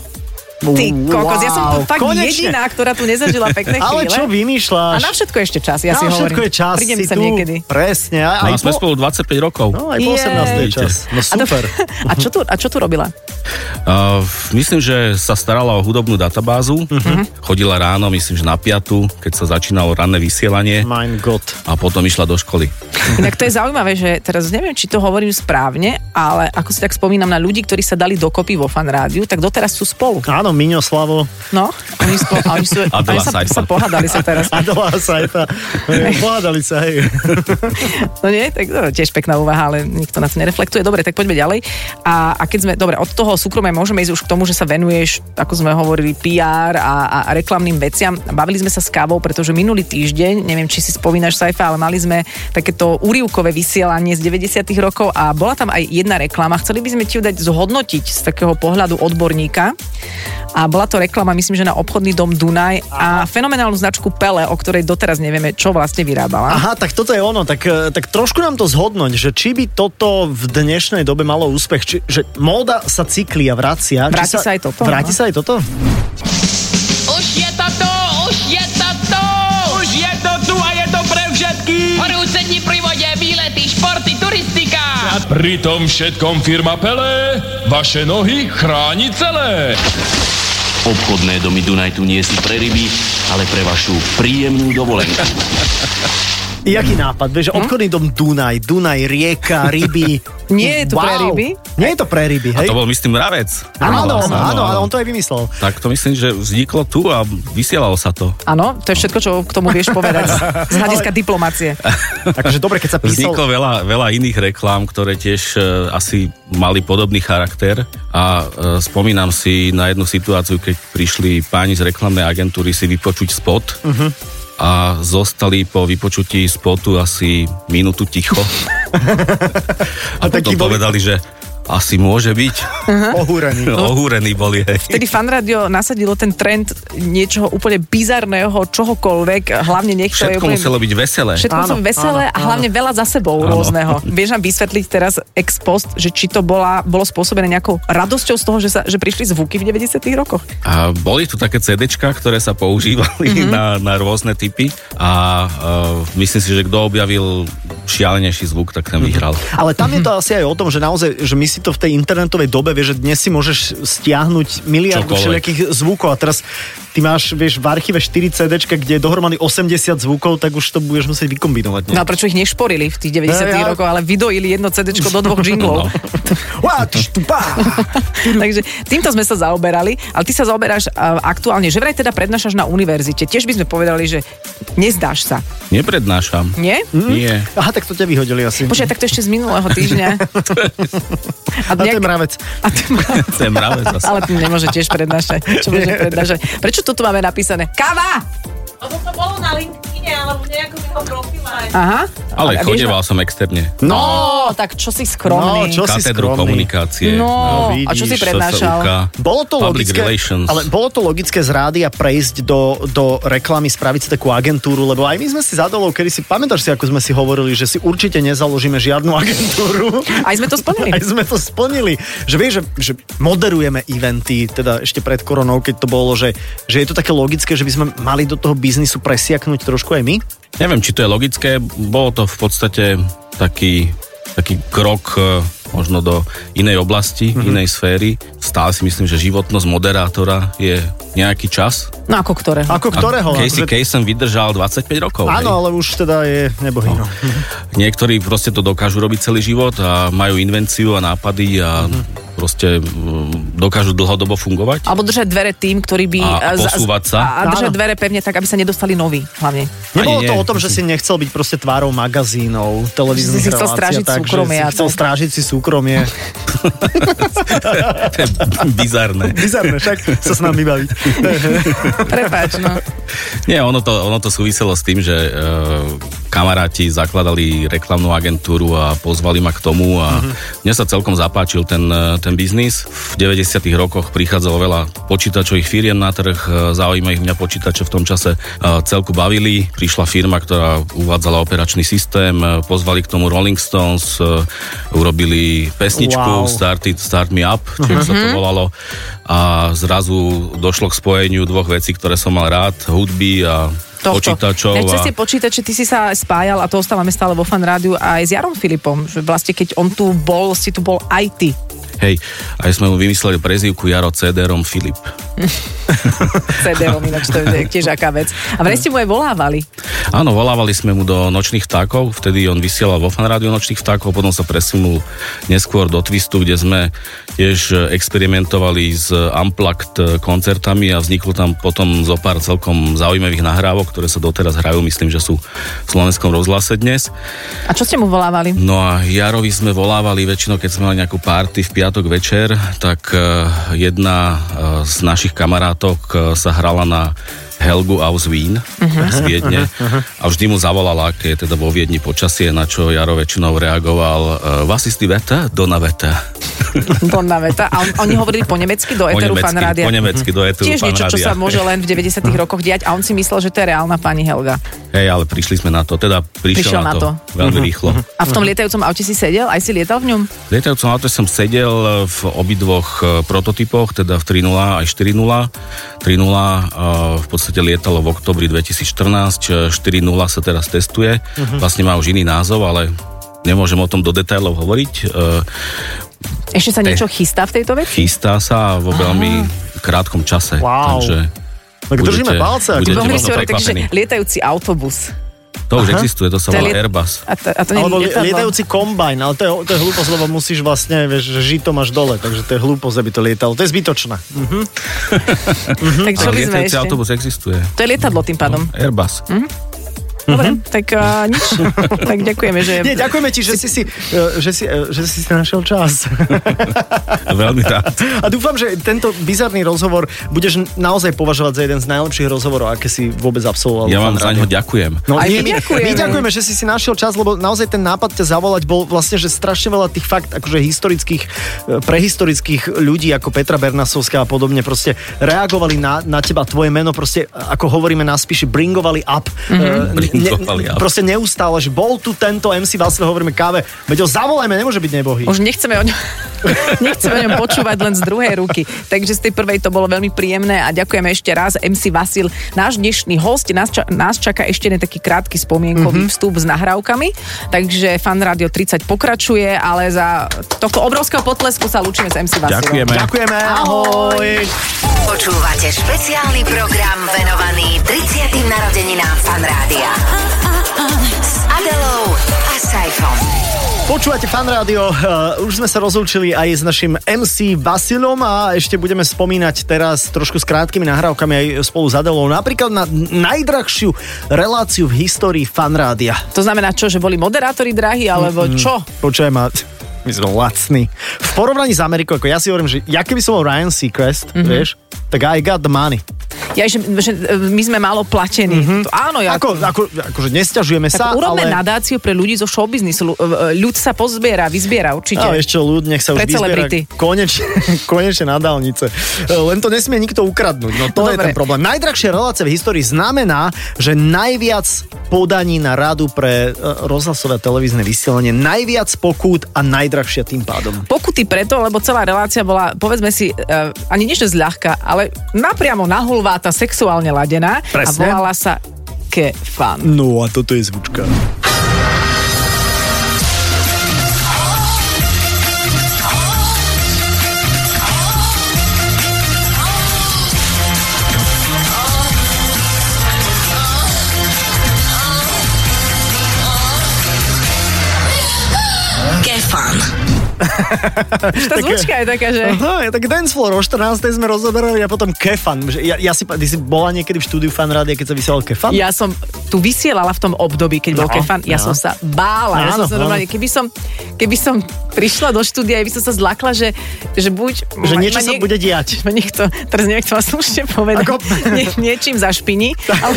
S3: Ty kokos, ja som tu
S2: Wow,
S3: fakt
S2: konečne.
S3: jediná, ktorá tu nezažila pekné
S2: Ale
S3: chvíle.
S2: čo
S3: A
S2: vymýšľaš?
S3: na všetko ešte čas, ja si
S2: na
S3: hovorím.
S2: všetko je čas,
S3: Prídem
S2: si
S3: sa
S2: tu.
S3: niekedy.
S2: Presne. Aj,
S4: No
S2: aj
S4: a sme
S2: po-
S4: spolu 25 rokov.
S2: No, aj po
S3: Jej.
S2: 18. čas. No
S3: A, to,
S2: super.
S3: a, čo tu, a čo tu robila?
S4: Uh, myslím, že sa starala o hudobnú databázu.
S2: Mhm.
S4: Chodila ráno, myslím, že na piatu, keď sa začínalo ranné vysielanie
S2: Mein Gott.
S4: a potom išla do školy.
S3: Inak to je zaujímavé, že teraz neviem, či to hovorím správne, ale ako si tak spomínam na ľudí, ktorí sa dali dokopy vo fan rádiu, tak doteraz sú spolu.
S2: Áno, Miňo Slavo,
S3: No, oni, spolu, a oni, sú, oni
S4: Adela
S3: sa,
S4: Seifert.
S3: sa pohádali sa teraz.
S2: Adela a Sajfa. Hej, Pohádali sa, hej.
S3: No nie, tak no, tiež pekná úvaha, ale nikto na to nereflektuje. Dobre, tak poďme ďalej. A, a keď sme, dobre, od toho súkromia môžeme ísť už k tomu, že sa venuješ, ako sme hovorili, PR a, a reklamným veciam. Bavili sme sa s kávou, pretože minulý týždeň, neviem, či si spomínaš, Saifa, ale mali sme takéto úrivkové vysielanie z 90 rokov a bola tam aj jedna reklama. Chceli by sme ti ju dať zhodnotiť z takého pohľadu odborníka. A bola to reklama, myslím, že na obchodný dom Dunaj a fenomenálnu značku Pele, o ktorej doteraz nevieme, čo vlastne vyrábala.
S2: Aha, tak toto je ono. Tak, e, tak trošku nám to zhodnoť, že či by toto v dnešnej dobe malo úspech, či, že móda sa cyklí a vracia. Či
S3: Vráti sa aj toto,
S2: Vráti
S3: no.
S2: sa aj toto?
S10: Už je to tu, už je to tu! Už je to tu a je to pre všetkých! Horúcení pri vode, výlety, športy, turistika!
S11: Pri tom všetkom firma Pele vaše nohy chráni celé.
S8: Obchodné domy Dunaj tu nie sú pre ryby, ale pre vašu príjemnú dovolenku.
S2: Jaký nápad? Vieš, že obchodný dom Dunaj, Dunaj, rieka, ryby.
S3: Nie je to pre ryby?
S2: Nie je to pre ryby,
S4: A
S2: hej?
S4: to bol, myslím, Mravec.
S2: Áno, áno, áno, on to aj vymyslel.
S4: Tak to myslím, že vzniklo tu a vysielalo sa to.
S3: Áno, to je všetko, čo k tomu vieš povedať z hľadiska diplomácie.
S2: Takže dobre, keď sa písal...
S4: Vzniklo veľa, veľa iných reklám, ktoré tiež e, asi mali podobný charakter a e, spomínam si na jednu situáciu, keď prišli páni z reklamnej agentúry si vypočuť spot
S2: Mhm.
S4: uh-huh. a zostali po vypočutí spotu asi minútu ticho a,
S2: A
S4: potom
S2: takí boli-
S4: povedali, že asi môže byť.
S2: Ohúrený.
S4: Ohúrení boli, hej.
S3: Vtedy fan rádio nasadilo ten trend niečoho úplne bizarného, čohokoľvek, hlavne niekto je
S4: Všetko
S3: úplne...
S4: muselo byť veselé.
S3: Všetko
S2: Áno,
S3: som veselé
S2: áno,
S3: a hlavne veľa za sebou
S4: Áno.
S3: rôzneho. Vieš nám vysvetliť teraz ex post, že či to bola, bolo spôsobené nejakou radosťou z toho, že, sa, že prišli zvuky v 90 rokoch?
S4: A boli tu také CDčka, ktoré sa používali
S3: Mhm.
S4: mm-hmm. na, na rôzne typy a uh, myslím si, že kto objavil šialenejší zvuk,
S3: Mhm.
S4: tak ten vyhral.
S2: Ale tam je to asi aj o tom, že naozaj, že my si to v tej internetovej dobe, vieš, že dnes si môžeš stiahnuť miliardu
S4: Čokoľvek.
S2: všelijakých zvukov a teraz ty máš, vieš, v archíve 4 CDčka, kde je dohromady 80 zvukov, tak už to budeš musieť vykombinovať.
S3: No a prečo ich nešporili v tých 90
S2: Ja, ja-
S3: rokoch, ale vydojili jedno CD do dvoch
S4: No.
S3: jinglov.
S2: Uá, tš, tu, pá.
S3: Takže týmto sme sa zaoberali, ale ty sa zaoberáš eh, aktuálne, že vraj teda prednášaš na univerzite. Tiež by sme povedali, že nezdáš sa,
S4: Neprednášam.
S3: nie?
S4: Nie.
S2: Aha, tak to ťa vyhodili asi.
S3: Počkaj, tak to ešte z minulého týžňa. A
S2: a to je mravec.
S3: A to je mravec.
S4: Ten mravec zase.
S3: Mhm. Ale ty nemôže tiež prednášať. Čo môže prednášať? Prečo toto máme napísané? Kava!
S5: Lebo to bolo na LinkedIne alebo nejakom jeho profile.
S3: Aha.
S4: Ale
S3: A vieš
S4: chodeval som externe.
S3: na- No, tak čo si
S2: No,
S3: skromný.
S2: čo si
S4: Katedru
S2: skromný.
S4: komunikácie.
S3: No, a čo si
S4: vidíš,
S3: prednášal?
S4: SSUK.
S2: Bolo to,
S4: Public
S2: logické,
S4: relations.
S2: ale bolo to logické z rádia prejsť do, do reklamy, spraviť si takú agentúru, lebo aj my sme si zadolov, kedy si, pamätáš si, ako sme si hovorili, že si určite nezaložíme žiadnu agentúru.
S3: Aj sme to splnili.
S2: Aj sme to splnili. Že vieš, že, že moderujeme eventy, teda ešte pred koronou, keď to bolo, že, že je to také logické, že by sme mali do toho biznisu presiaknúť trošku aj my.
S4: Neviem, či to je logické. Bolo to v podstate taký, taký krok e, možno do inej
S3: Mhm.
S4: oblasti, mm-hmm. inej sféry. Stále si myslím, že životnosť moderátora je nejaký čas.
S3: No ako ktorého?
S2: Ako ktorého?
S4: A Casey
S2: Akože-
S4: Kasem vydržal 25 rokov.
S2: Áno,
S4: hej.
S2: ale už teda je nebohý. No.
S4: Niektorí proste to dokážu robiť celý život a majú invenciu a nápady a
S2: Mhm.
S4: proste mm, dokážu dlhodobo fungovať.
S3: Alebo držať dvere tým, ktorí by...
S4: A- a
S3: eh, za-
S4: posúvať sa.
S3: A, a držať
S2: Áno.
S3: dvere pevne tak, aby sa nedostali noví hlavne.
S2: Nebolo
S4: Ani
S2: to
S4: nie.
S2: o tom, že si nechcel byť proste tvárou magazínov, televíznych
S3: Že si chcel
S2: relácií a
S3: strážiť
S2: tak, že
S3: súkromie
S2: Si
S3: a
S2: chcel
S3: tak.
S2: strážiť si súkromie.
S4: To je bizarné.
S2: Bizarné, však sa s nami baviť.
S3: Prepáč, no.
S4: Nie, ono to, ono to súviselo s tým, že e, kamaráti zakladali reklamnú agentúru a pozvali ma k tomu a
S2: Mhm.
S4: mne sa celkom zapáčil ten, e, ten biznis. V 90 rokoch prichádzalo veľa počítačových firiem na trh, e, zaujíma ich mňa počítače v tom čase e, celku bavili. Prišla firma, ktorá uvádzala operačný systém, e, pozvali k tomu Rolling Stones, e, urobili pesničku
S2: Wow.
S4: Start, it, start Me Up, čiže sa
S3: Mhm.
S4: to volalo. A zrazu došlo k spojeniu dvoch vecí, ktoré som mal rád, hudby a
S3: Tohto.
S4: počítačov.
S3: Inak cez
S4: A...
S3: tie počítače, ty si sa spájal a to ostávame stále vo fan rádiu aj s Jarom Filipom, že vlastne keď on tu bol, si tu bol aj ty.
S4: Hej, aj sme mu vymysleli prezývku Jaro CDRom Filip.
S3: CD-om, ináč to je tiež aká vec. A vraj ste mu aj volávali.
S4: Áno, volávali sme mu do Nočných vtákov, vtedy on vysielal vo fanrádiu Nočných vtákov, potom sa presunul neskôr do Twistu, kde sme tiež eh, experimentovali s Unplugged e, koncertami a vzniklo tam potom zo pár celkom zaujímavých nahrávok, ktoré sa doteraz hrajú, myslím, že sú v slovenskom rozhlase dnes.
S3: A čo ste mu volávali?
S4: No a Jarovi sme volávali väčšinou, keď sme mali nejakú párty v piatok večer, tak eh, jedna eh, z našich kamarátok eh, sa hrala na Helgu aus Wien z Viedne a vždy mu zavolala, aké je teda vo Viedni počasie, na čo Jaro väčšinou reagoval eh, Was ist die Wetter? Dona Wetter.
S3: Donna Veta. A on, oni hovorili po nemecky do Eteru fan rádia.
S4: po nemecky do Eteru
S3: Tiež niečo, čo
S4: Fanrádia.
S3: sa môže len v 90 rokoch diať a on si myslel, že to je reálna pani Helga.
S4: Hej, ale prišli sme na to, teda prišiel, na, to, veľmi
S3: Mhm.
S4: rýchlo.
S3: A v tom
S4: Mhm.
S3: lietajúcom aute si sedel? Aj si lietal v ňom?
S4: V lietajúcom aute som sedel e, v obidvoch e, prototypoch, teda v 3.0 aj 4.0. 3.0 e, v podstate lietalo v oktobri 2014, e, 4.0 sa teraz testuje. Vlastne má už iný názov, ale nemôžem o tom do detailov hovoriť. E,
S3: Ešte sa
S4: Te-
S3: niečo chystá v tejto veci?
S4: Chystá sa vo veľmi krátkom čase.
S2: Wow.
S4: Takže
S2: Tak držíme
S4: budete-
S2: palce, ako
S4: budete
S3: Mohli by
S4: možno
S3: ste hovoriť, takže
S4: prekvapení.
S3: lietajúci autobus.
S4: To už existuje, to sa
S3: To je
S4: volá
S3: liet-
S4: Airbus.
S3: A to, a to nie je
S2: Alebo li-
S3: lietadlo.
S2: lietajúci kombajn, ale to je, to je hlúposť, lebo musíš vlastne, vieš, že žito máš dole, takže to je hlúposť, aby to lietalo. To je zbytočné.
S3: Tak čo
S4: Ale
S3: by sme
S4: lietajúci
S3: ešte?
S4: autobus existuje.
S3: To je lietadlo tým pádom.
S2: Mhm.
S4: Airbus.
S3: Dobre, tak uh, nič. tak ďakujeme, že...
S2: Nie, ďakujeme ti, že si si, eh, že si, eh, že si si našiel čas.
S4: Veľmi rád.
S2: A dúfam, že tento bizarný rozhovor budeš naozaj považovať za jeden z najlepších rozhovorov, aké si vôbec absolvoval.
S4: Ja
S2: v
S4: vám za
S2: Fanrádiu.
S4: ňo ďakujem.
S2: No,
S3: Aj
S2: my,
S3: my
S2: my,
S3: ďakujeme.
S2: my ďakujeme, že si si našiel čas, lebo naozaj ten nápad ťa zavolať bol vlastne, že strašne veľa tých fakt, akože historických, e, prehistorických ľudí ako Petra Bernasovská a podobne proste reagovali na, na teba, tvoje meno proste, ako hovoríme na spíši, bringovali up.
S3: Mhm.
S2: Mm-hmm.
S4: Bringovali up.
S2: Proste neustále, že bol tu tento MC Václav, hovoríme káve, veď ho zavolajme, nemôže byť nebohý.
S3: Už nechceme o ňom, nechceme o ňom počúvať len z druhej ruky. Takže z tej prvej to bolo veľmi príjemné a ďakujeme ešte raz MC Vasil, náš dnešný host. Nás, ča, nás čaká ešte jeden taký krátky
S2: Mhm.
S3: spomienkový mm-hmm. vstup s nahrávkami. Takže Fan Radio 30 pokračuje, ale za tohto obrovského potlesku sa lúčime s MC Vasilom.
S4: Ďakujeme.
S2: Ďakujeme, ahoj.
S1: Počúvate špeciálny program venovaný 30. narodeninám Fanrádia. S Adelou a Saifom.
S2: Počúvate fan rádio, eh, už sme sa rozlúčili aj s našim MC Vasilom a ešte budeme spomínať teraz trošku s krátkými nahrávkami aj spolu s Adelou, napríklad na najdrahšiu reláciu v histórii fan rádia.
S3: To znamená čo, že boli moderátori drahí, alebo čo?
S2: Počúvaj ma, my sme lacní. V porovnaní s Amerikou, ako ja si hovorím, že ja keby som bol Ryan Seacrest,
S3: Mhm.
S2: mm-hmm. vieš, tak I got the money.
S3: Ja, že, že eh, my sme málo platení. Mm-hmm. To, áno,
S2: Mhm.
S3: ja,
S2: Ako, ako, akože nesťažujeme
S3: tak
S2: sa,
S3: urobme
S2: ale...
S3: nadáciu pre ľudí zo showbiznisu. Lu- e, Ľud sa pozbiera, vyzbiera určite.
S2: Ale ešte ľud, nech sa už
S3: Pre
S2: vyzbiera
S3: celebrity.
S2: konečne, konečne na dálnice. E, Len to nesmie nikto ukradnúť. No to
S3: No
S2: je
S3: dobre.
S2: ten problém. Najdrahšia relácia v histórii znamená, že najviac podaní na radu pre e, rozhlasové a televízne vysielanie, najviac pokút a najdrahšia tým pádom.
S3: pokuty preto, lebo celá relácia bola, povedzme si, uh, ani nie že zľahka, ale napriamo nahulváta, sexuálne ladená a
S2: Presne.
S3: volala sa ke fan.
S2: No a toto je zvučka.
S1: Kefan.
S3: Tá zvučka je taká, že...
S2: Aha, tak dancefloor o 14. sme rozoberali a potom kefan. Že Ja, ja si, pa- ty si bola niekedy v štúdiu fan rádia, keď sa vysielal kefan?
S3: Ja som tu vysielala v tom období, keď bol
S2: No,
S3: kefan, ja
S2: no.
S3: som sa bála. ja som
S2: Áno,
S3: sa
S2: áno.
S3: normálne, keby som, keby som prišla do štúdia, ja by som sa zlakla, že, že buď...
S2: Že
S3: ma-
S2: niečo
S3: ma
S2: sa bude diať.
S3: Ma niekto, teraz neviem, čo vás slušne povedať,
S2: Ako-
S3: Nie, niečím zašpiní, ale,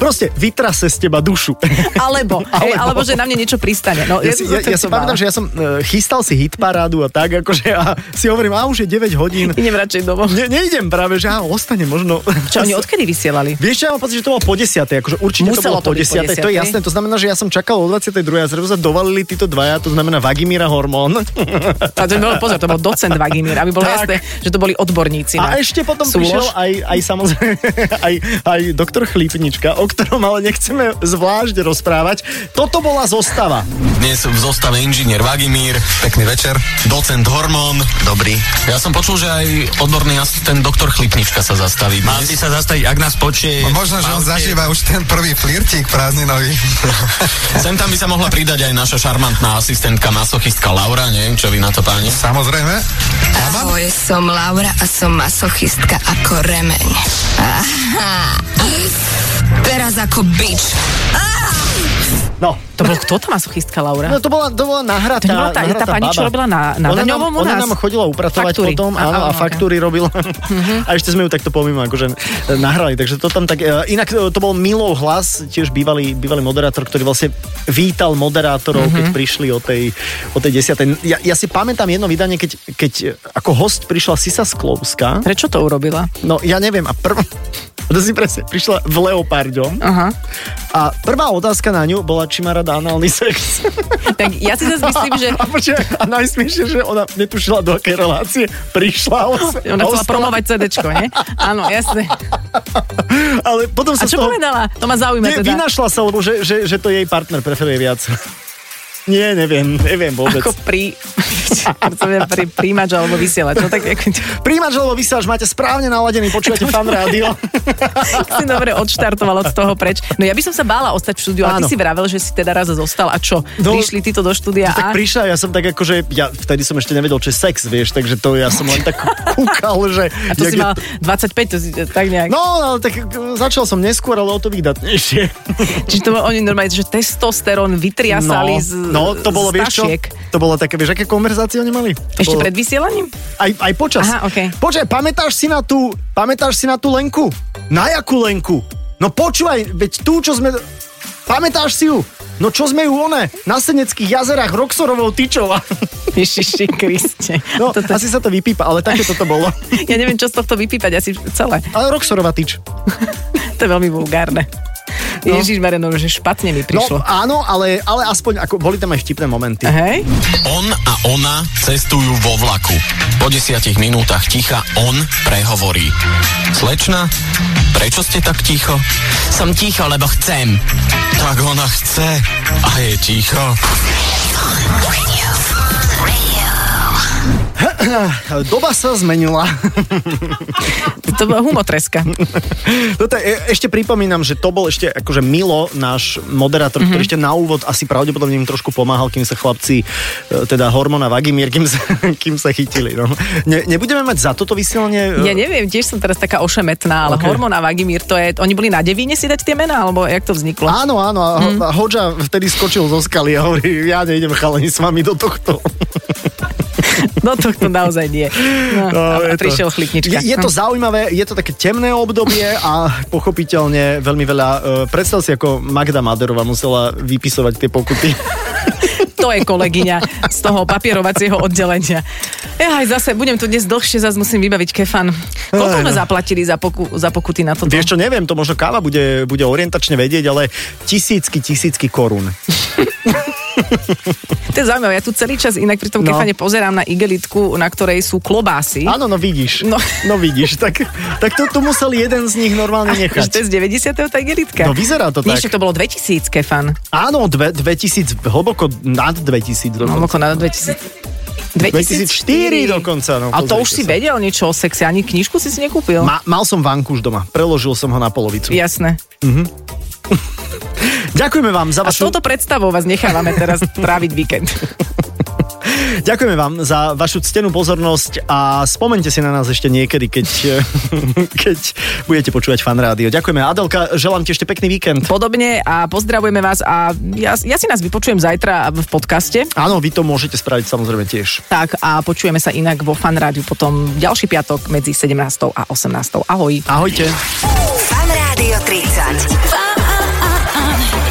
S2: Proste vytrase z teba dušu.
S3: alebo, alebo.
S2: Alebo.
S3: alebo, že na mne niečo pristane. No,
S2: Ja si,
S3: som
S2: ja,
S3: sa
S2: ja si
S3: bála.
S2: pamätám, že ja som e, chystal si hitparádu a tak, akože a si hovorím, a už je 9 hodín.
S3: Idem radšej domov.
S2: Ne, neidem práve, že á, ostane možno.
S3: Čo oni odkedy vysielali?
S2: Vieš, čo, ja mám pocit, že to bolo po 10. Akože určite
S3: Muselo
S2: to bolo
S3: to
S2: po
S3: byť po
S2: 10. To je
S3: 10.,
S2: jasné, to znamená, že ja som čakal o 22. a zrazu sa dovalili títo dvaja, to znamená Vagimíra Hormón.
S3: A to bol, pozor, to bol docent Vagimír, aby bolo
S2: Tak.
S3: jasné, že to boli odborníci.
S2: A
S3: na
S2: ešte potom
S3: súlož.
S2: prišiel aj, aj samozrejme aj, aj doktor Chlípnička, o ktorom ale nechceme zvlášť rozprávať. Toto bola zostava.
S12: Dnes v zostave inžinier Vagimír, pekný večer, docent Hormón. Dobrý. Ja som počul, že aj odborný asistent doktor Chlipnička sa zastaví. No. Mal by sa zastaviť, ak nás počuje.
S8: možno, že on zažíva
S12: už ten prvý flirtík prázdninový. Sem tam by sa mohla pridať aj naša šarmantná asistentka masochistka Laura, neviem, čo vy na to páni. Samozrejme.
S13: Ahoj, som Laura a som masochistka ako remeň. Aha. Teraz ako bič.
S2: No,
S3: To bol kto tá masochistka, Laura?
S2: No to bola, to bola nahratá,
S3: To nebola tá-
S2: nahratá
S3: tá pani,
S2: baba.
S3: čo robila na- na
S2: ona nám,
S3: daňovom u
S2: ona
S3: nás?
S2: nám chodila upratovať
S3: Faktúry.
S2: potom,
S3: A-
S2: áno, a,
S3: áno, Mhm.
S2: faktúry robila. A ešte sme ju takto pomimo akože e, nahrali, takže to tam tak... e, Inak e, to bol Milov hlas, tiež bývalý, bývalý moderátor, ktorý vlastne vítal moderátorov, keď
S3: Mhm.
S2: prišli o tej, o tej desiatej. Ja, ja si pamätám jedno vydanie, keď, keď e, ako host prišla Sisa Sklovská.
S3: Prečo to urobila?
S2: No ja neviem, a prv... To si presne, prišla v Leopardom
S3: Aha.
S2: a prvá otázka na ňu bola, či má rada análny sex.
S3: Tak ja si zase myslím, že
S2: A, počkaj, a najsmiešne, že ona netušila, do akej relácie prišla. os-
S3: ona
S2: ostala,
S3: chcela promovať CDčko, nie? Áno, jasne.
S2: Ale potom
S3: A
S2: sa z
S3: čo
S2: toho...
S3: povedala? To ma zaujíma
S2: Nie,
S3: teda.
S2: vynašla sa, lebo že, že, že to jej partner preferuje viac. Nie, neviem, neviem vôbec.
S3: Ako pri... to viem, pri príjimač alebo vysielač. No tak ako...
S2: Príjimač alebo vysielač, máte správne naladený, počúvate fan rádio.
S3: si dobre odštartoval od toho preč. No ja by som sa bála ostať v štúdiu, a ty
S2: Áno.
S3: si vravel, že si teda raz zostal. A čo?
S2: No,
S3: Prišli títo do štúdia
S2: Tak
S3: a...
S2: prišla, ja som tak akože, ja vtedy som ešte nevedel, čo je sex, vieš, takže to ja som len tak kúkal, že...
S3: A to
S2: jak je
S3: si mal 25, to si tak nejak...
S2: No, ale tak e, začal som neskôr, ale o to vydatnejšie.
S3: Čiže to bolo oni normálne, že testosterón vytriasali
S2: no,
S3: z
S2: no, to bolo,
S3: z
S2: vieš čo?
S3: tašiek.
S2: To bolo také, vieš, aké konverzácie oni mali? To
S3: Ešte
S2: bolo,
S3: pred vysielaním?
S2: Aj, aj počas.
S3: Aha, okej.
S2: Počkaj, pamätáš si na tú, pamätáš si na tú Lenku? Na jakú Lenku? No počúvaj, veď tú, čo sme... Pamätáš si ju? No čo sme ju one? Na Seneckých jazerách Roxorovou tyčou.
S3: Ježiši Kriste.
S2: No, toto... asi sa to vypípa, ale také toto bolo.
S3: Ja neviem, čo z tohto vypípať, asi celé.
S2: Ale Roxorova tyč.
S3: To je veľmi vulgárne. No. Ježiš Mareno, že špatne mi
S2: No
S3: prišlo.
S2: áno, ale, ale aspoň ako, boli tam aj vtipné momenty.
S3: Hej?
S12: On a ona cestujú vo vlaku. Po desiatich minútach ticha on prehovorí. Slečna, prečo ste tak ticho? Som ticho, lebo chcem. Tak ona chce a je ticho.
S2: Doba sa zmenila.
S3: To bola humotreska.
S2: Toto je, e, ešte pripomínam, že to bol ešte akože Milo, náš moderátor, mm-hmm. ktorý ešte na úvod asi pravdepodobne im trošku pomáhal, kým sa chlapci, e, teda Hormona Vagimír, kým sa, kým sa chytili. No. Ne, nebudeme mať za toto vysielanie? e,
S3: Ja neviem, tiež som teraz taká ošemetná, ale
S2: Ok.
S3: okay. Hormon a Vagimír, to je... Oni boli na devíne si dať tie mená, alebo jak to vzniklo?
S2: Áno, áno. A ho, a Hoďa vtedy skočil zo skaly a hovorí, ja nejdem chalani s vami do tohto.
S3: No to, to naozaj nie. No, a,
S2: je
S3: a
S2: to-
S3: prišiel Hm. chlipnička.
S2: Je, je to zaujímavé, je to také temné obdobie a pochopiteľne veľmi veľa... e, Predstav si, ako Magda Maderova musela vypisovať tie pokuty.
S3: to je kolegyňa z toho papierovacieho oddelenia. Ja aj zase, budem tu dnes dlhšie, zase musím vybaviť kefan. Koľko
S2: Aj,
S3: sme
S2: no.
S3: zaplatili za, poku, za pokuty na toto?
S2: Vieš čo, neviem, to možno káva bude, bude orientačne vedieť, ale tisícky, tisícky korún.
S3: To je zaujímavé, ja tu celý čas inak pri tom
S2: No.
S3: no. kefane pozerám na igelitku, na ktorej sú klobásy.
S2: Áno, no vidíš.
S3: No.
S2: no vidíš, tak, tak to, to musel jeden z nich normálne
S3: Že to je
S2: nechať.
S3: z 90. tá igelitka.
S2: No vyzerá to
S3: Nie,
S2: tak.
S3: však to bolo 2000 kefan.
S2: Áno, dve, 2000, hlboko nad no. 2000 dokonca.
S3: Hlboko No, na 2000.
S2: 2004 dokonca, no,
S3: A
S2: pozrite
S3: to už si
S2: sa.
S3: vedel niečo o sexe, ani knižku si si nekúpil.
S2: Ma, mal som vanku už doma, preložil som ho na polovicu.
S3: Jasné.
S2: Ďakujeme vám za
S3: A s
S2: vašu...
S3: touto predstavou vás nechávame teraz tráviť víkend.
S2: Ďakujeme vám za vašu ctenú pozornosť a spomente si na nás ešte niekedy, keď, keď budete počúvať fan rádio. Ďakujeme. Adelka, želám ti ešte pekný víkend.
S3: Podobne a pozdravujeme vás a ja, ja si nás vypočujem zajtra v podcaste.
S2: Áno, vy to môžete spraviť samozrejme tiež.
S3: Tak a počujeme sa inak vo fanrádiu potom ďalší piatok medzi 17. a 18. Ahoj.
S2: Ahojte.
S1: Fan Rádio 30.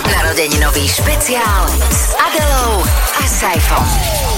S1: Narodeninový špeciál s Adelou a Saifom.